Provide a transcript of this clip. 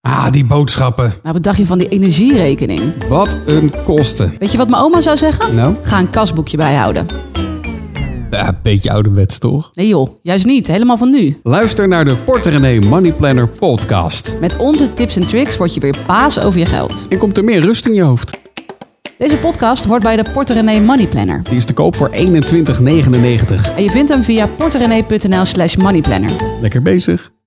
Ah, die boodschappen. Nou, wat dacht je van die energierekening? Wat een kosten. Weet je wat mijn oma zou zeggen? Nou? Ga een kasboekje bijhouden. Ja, een beetje ouderwets toch? Nee joh, juist niet. Helemaal van nu. Luister naar de Porter René Money Planner podcast. Met onze tips en tricks word je weer baas over je geld. En komt er meer rust in je hoofd. Deze podcast hoort bij de Porter René Money Planner. Die is te koop voor 21,99. En je vindt hem via porterene.nl slash moneyplanner. Lekker bezig.